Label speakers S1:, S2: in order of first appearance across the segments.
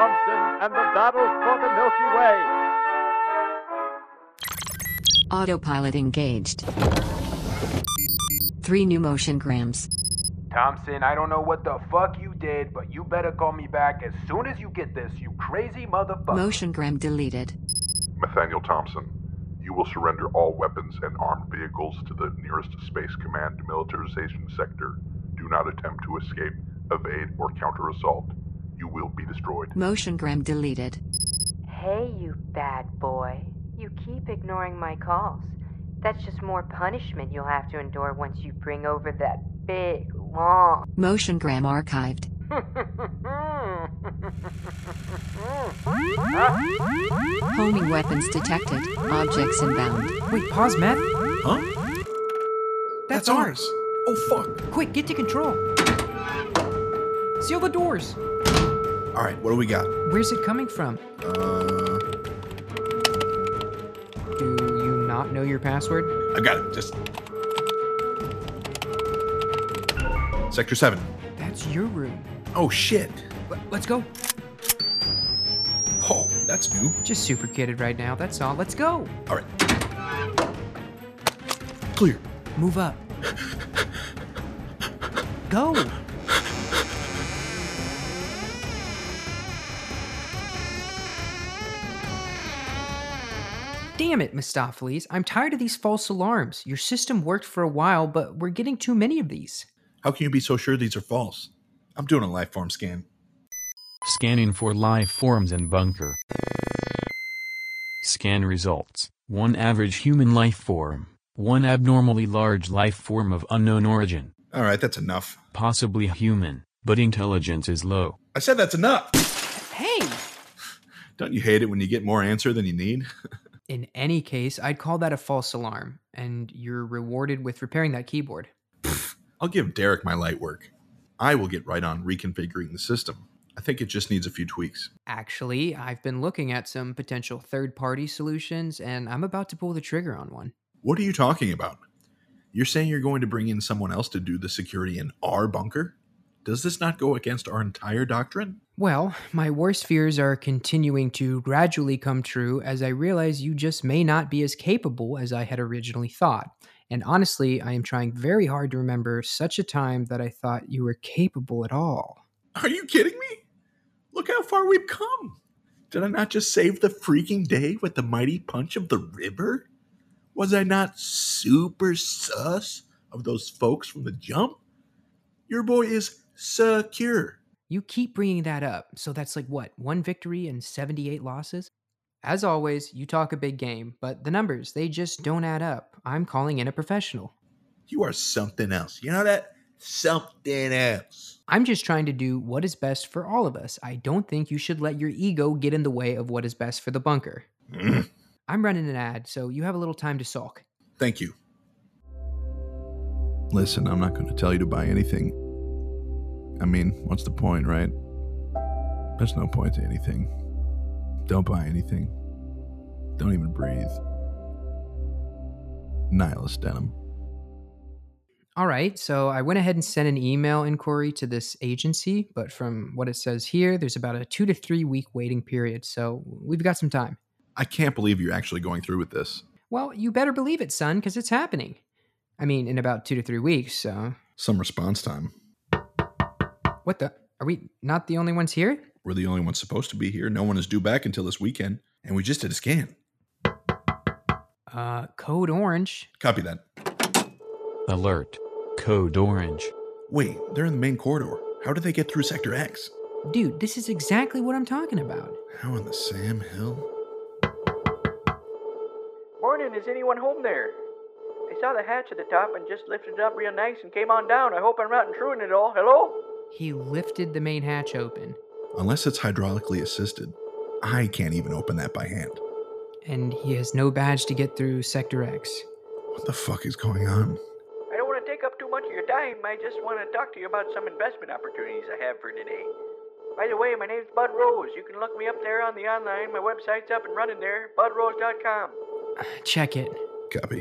S1: and the battle for the Milky Way.
S2: Autopilot engaged. Three new motion grams.
S3: Thompson, I don't know what the fuck you did, but you better call me back as soon as you get this, you crazy motherfucker.
S2: Motion gram deleted.
S4: Nathaniel Thompson, you will surrender all weapons and armed vehicles to the nearest Space Command militarization sector. Do not attempt to escape, evade, or counter assault. You will be destroyed.
S2: Motion gram deleted.
S5: Hey, you bad boy. You keep ignoring my calls. That's just more punishment you'll have to endure once you bring over that big, long.
S2: Motion gram archived.
S6: Hmm.
S2: Homing weapons detected. Objects inbound.
S7: Wait, pause, Matt.
S8: Huh?
S7: That's ours.
S8: Oh fuck.
S7: Quick, get to control. Seal the doors.
S8: All right, what do we got?
S7: Where's it coming from?
S8: Uh,
S7: Do you not know your password?
S8: I got it. Just Sector 7.
S7: That's your room.
S8: Oh shit.
S7: L- let's go.
S8: Oh, that's new.
S7: Just super kidded right now. That's all. Let's go.
S8: All right. Clear.
S7: Move up. Go. Damn it, Mistopheles. I'm tired of these false alarms. Your system worked for a while, but we're getting too many of these.
S8: How can you be so sure these are false? I'm doing a life form scan.
S9: Scanning for life forms in bunker. Scan results. One average human life form. One abnormally large life form of unknown origin.
S8: All right, that's enough.
S9: Possibly human, but intelligence is low.
S8: I said that's enough.
S7: Hey!
S8: Don't you hate it when you get more answer than you need?
S7: In any case, I'd call that a false alarm, and you're rewarded with repairing that keyboard.
S8: I'll give Derek my light work. I will get right on reconfiguring the system. I think it just needs a few tweaks.
S7: Actually, I've been looking at some potential third party solutions, and I'm about to pull the trigger on one.
S8: What are you talking about? You're saying you're going to bring in someone else to do the security in our bunker? Does this not go against our entire doctrine?
S7: Well, my worst fears are continuing to gradually come true as I realize you just may not be as capable as I had originally thought. And honestly, I am trying very hard to remember such a time that I thought you were capable at all.
S8: Are you kidding me? Look how far we've come. Did I not just save the freaking day with the mighty punch of the river? Was I not super sus of those folks from the jump? Your boy is secure.
S7: You keep bringing that up, so that's like what, one victory and 78 losses? As always, you talk a big game, but the numbers, they just don't add up. I'm calling in a professional.
S8: You are something else. You know that? Something else.
S7: I'm just trying to do what is best for all of us. I don't think you should let your ego get in the way of what is best for the bunker.
S8: Mm.
S7: I'm running an ad, so you have a little time to sulk.
S8: Thank you. Listen, I'm not going to tell you to buy anything. I mean, what's the point, right? There's no point to anything. Don't buy anything. Don't even breathe. Nihilist denim.
S7: All right, so I went ahead and sent an email inquiry to this agency, but from what it says here, there's about a two to three week waiting period, so we've got some time.
S8: I can't believe you're actually going through with this.
S7: Well, you better believe it, son, because it's happening. I mean, in about two to three weeks, so.
S8: Some response time.
S7: What the? Are we not the only ones here?
S8: We're the only ones supposed to be here. No one is due back until this weekend, and we just did a scan.
S7: Uh, Code Orange.
S8: Copy that.
S9: Alert. Code Orange.
S8: Wait, they're in the main corridor. How did they get through Sector X?
S7: Dude, this is exactly what I'm talking about.
S8: How on the Sam Hill?
S6: Morning, is anyone home there? I saw the hatch at the top and just lifted it up real nice and came on down. I hope I'm not intruding at all. Hello?
S7: He lifted the main hatch open,
S8: Unless it's hydraulically assisted, I can't even open that by hand.
S7: and he has no badge to get through Sector X.
S8: What the fuck is going on?
S6: I don't want to take up too much of your time. I just want to talk to you about some investment opportunities I have for today. By the way, my name's Bud Rose. You can look me up there on the online. My website's up and running there, budrose.com.
S7: Check it.
S8: Copy.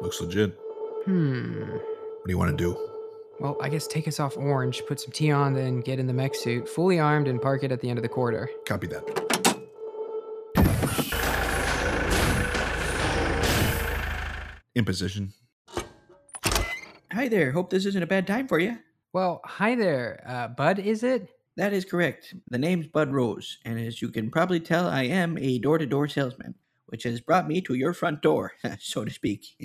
S8: Looks legit.
S7: Hmm.
S8: What do you want to do?
S7: Well, I guess take us off orange, put some tea on, then get in the mech suit, fully armed, and park it at the end of the corridor.
S8: Copy that. In position.
S6: Hi there. Hope this isn't a bad time for you.
S7: Well, hi there, uh, Bud, is it?
S6: That is correct. The name's Bud Rose, and as you can probably tell, I am a door to door salesman, which has brought me to your front door, so to speak.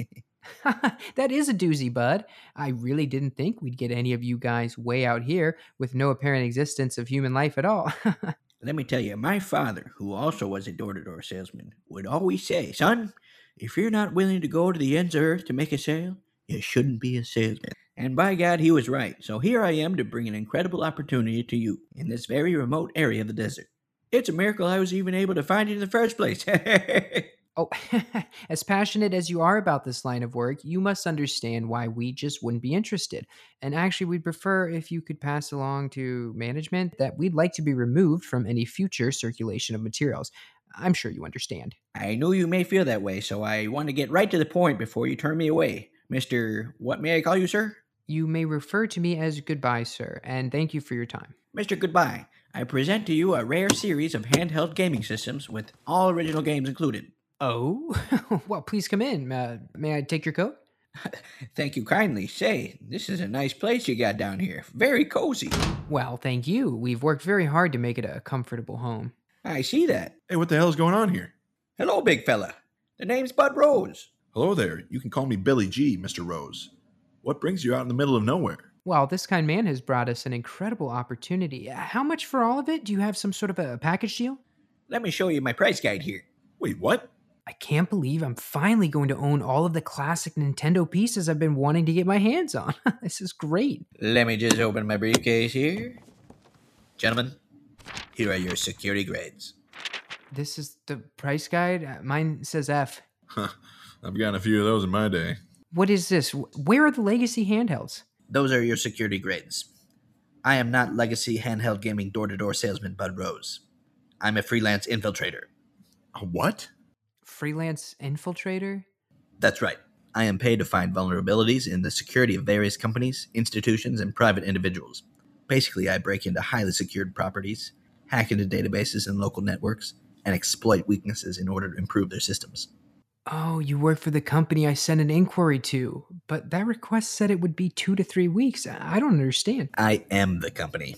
S7: that is a doozy, bud. I really didn't think we'd get any of you guys way out here with no apparent existence of human life at all.
S6: Let me tell you, my father, who also was a door to door salesman, would always say, Son, if you're not willing to go to the ends of earth to make a sale, you shouldn't be a salesman. And by God, he was right. So here I am to bring an incredible opportunity to you in this very remote area of the desert. It's a miracle I was even able to find you in the first place.
S7: oh, as passionate as you are about this line of work, you must understand why we just wouldn't be interested. And actually, we'd prefer if you could pass along to management that we'd like to be removed from any future circulation of materials. I'm sure you understand.
S6: I know you may feel that way, so I want to get right to the point before you turn me away. Mr. What may I call you, sir?
S7: You may refer to me as goodbye, sir, and thank you for your time.
S6: Mr. Goodbye. I present to you a rare series of handheld gaming systems with all original games included.
S7: Oh, well, please come in. Uh, may I take your coat?
S6: Thank you kindly. Say, this is a nice place you got down here. Very cozy.
S7: Well, thank you. We've worked very hard to make it a comfortable home.
S6: I see that.
S8: Hey, what the hell is going on here?
S6: Hello, big fella. The name's Bud Rose.
S8: Hello there. You can call me Billy G, Mr. Rose. What brings you out in the middle of nowhere?
S7: Well, this kind man has brought us an incredible opportunity. How much for all of it? Do you have some sort of a package deal?
S6: Let me show you my price guide here.
S8: Wait, what?
S7: I can't believe I'm finally going to own all of the classic Nintendo pieces I've been wanting to get my hands on. this is great.
S6: Let me just open my briefcase here. Gentlemen, here are your security grades.
S7: This is the price guide? Uh, Mine says F.
S8: Huh. I've gotten a few of those in my day.
S7: What is this? Wh- Where are the legacy handhelds?
S6: Those are your security grades. I am not legacy handheld gaming door to door salesman Bud Rose. I'm a freelance infiltrator.
S8: A what?
S7: Freelance infiltrator?
S6: That's right. I am paid to find vulnerabilities in the security of various companies, institutions, and private individuals. Basically, I break into highly secured properties, hack into databases and local networks, and exploit weaknesses in order to improve their systems.
S7: Oh, you work for the company I sent an inquiry to, but that request said it would be two to three weeks. I I don't understand.
S6: I am the company,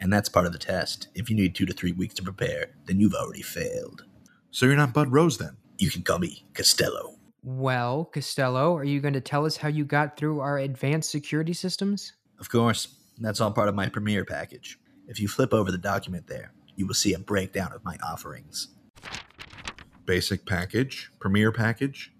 S6: and that's part of the test. If you need two to three weeks to prepare, then you've already failed.
S8: So you're not Bud Rose then?
S6: You can call me Costello.
S7: Well, Costello, are you going to tell us how you got through our advanced security systems?
S6: Of course, that's all part of my premiere package. If you flip over the document there, you will see a breakdown of my offerings.
S8: Basic package, Premier package,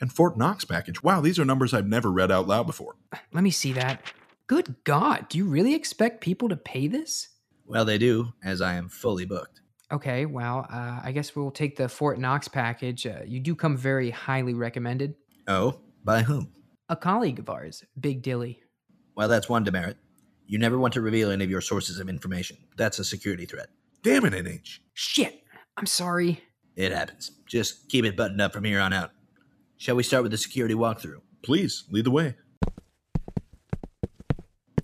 S8: and Fort Knox package. Wow, these are numbers I've never read out loud before.
S7: Let me see that. Good God, do you really expect people to pay this?
S6: Well, they do, as I am fully booked.
S7: Okay, well, uh, I guess we'll take the Fort Knox package. Uh, you do come very highly recommended.
S6: Oh, by whom?
S7: A colleague of ours, Big Dilly.
S6: Well, that's one demerit. You never want to reveal any of your sources of information. That's a security threat.
S8: Damn it, NH.
S7: Shit! I'm sorry.
S6: It happens. Just keep it buttoned up from here on out. Shall we start with the security walkthrough?
S8: Please, lead the way.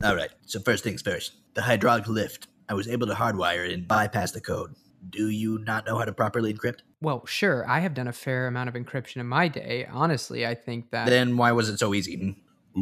S6: All right, so first things first the hydraulic lift. I was able to hardwire it and bypass the code. Do you not know how to properly encrypt?
S7: Well, sure, I have done a fair amount of encryption in my day. Honestly, I think that.
S6: Then why was it so easy? hmm?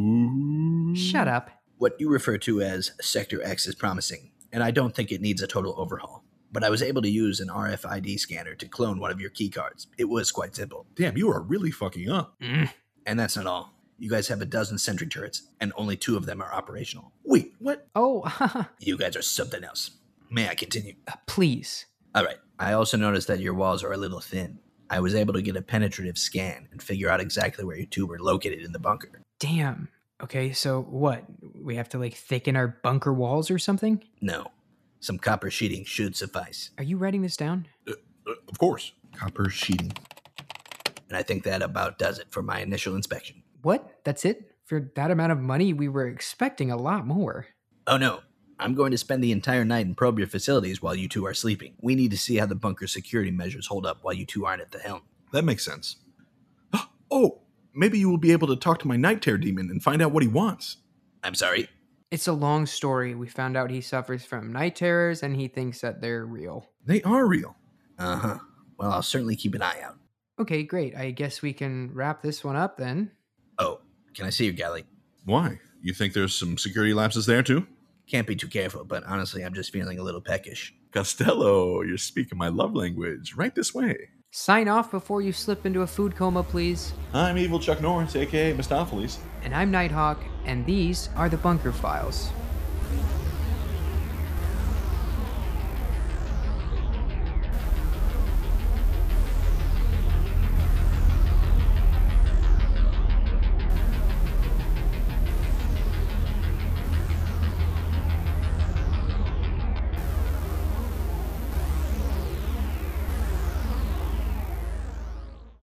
S8: Ooh.
S7: Shut up.
S6: What you refer to as Sector X is promising, and I don't think it needs a total overhaul. But I was able to use an RFID scanner to clone one of your keycards. It was quite simple.
S8: Damn, you are really fucking up.
S7: Mm.
S6: And that's not all. You guys have a dozen sentry turrets, and only two of them are operational. Wait, what?
S7: Oh,
S6: You guys are something else. May I continue?
S7: please.
S6: All right. I also noticed that your walls are a little thin. I was able to get a penetrative scan and figure out exactly where your two were located in the bunker.
S7: Damn. Okay, so what? We have to like thicken our bunker walls or something?
S6: No, some copper sheeting should suffice,
S7: Are you writing this down?
S8: Uh, of course. Copper sheeting.
S6: and I think that about does it for my initial inspection.
S7: What? That's it? For that amount of money, we were expecting a lot more.
S6: Oh no, I'm going to spend the entire night and probe your facilities while you two are sleeping. We need to see how the bunker security measures hold up while you two aren't at the helm.
S8: That makes sense. Oh, maybe you will be able to talk to my night terror demon and find out what he wants.
S6: I'm sorry.
S7: It's a long story. We found out he suffers from night terrors and he thinks that they're real.
S6: They are real. Uh huh. Well, I'll certainly keep an eye out.
S7: Okay, great. I guess we can wrap this one up then.
S6: Oh, can I see your galley?
S8: Why? You think there's some security lapses there too?
S6: Can't be too careful, but honestly, I'm just feeling a little peckish.
S8: Costello, you're speaking my love language. Right this way.
S7: Sign off before you slip into a food coma, please.
S8: I'm Evil Chuck Norris, aka Mistopheles.
S7: And I'm Nighthawk, and these are the Bunker Files.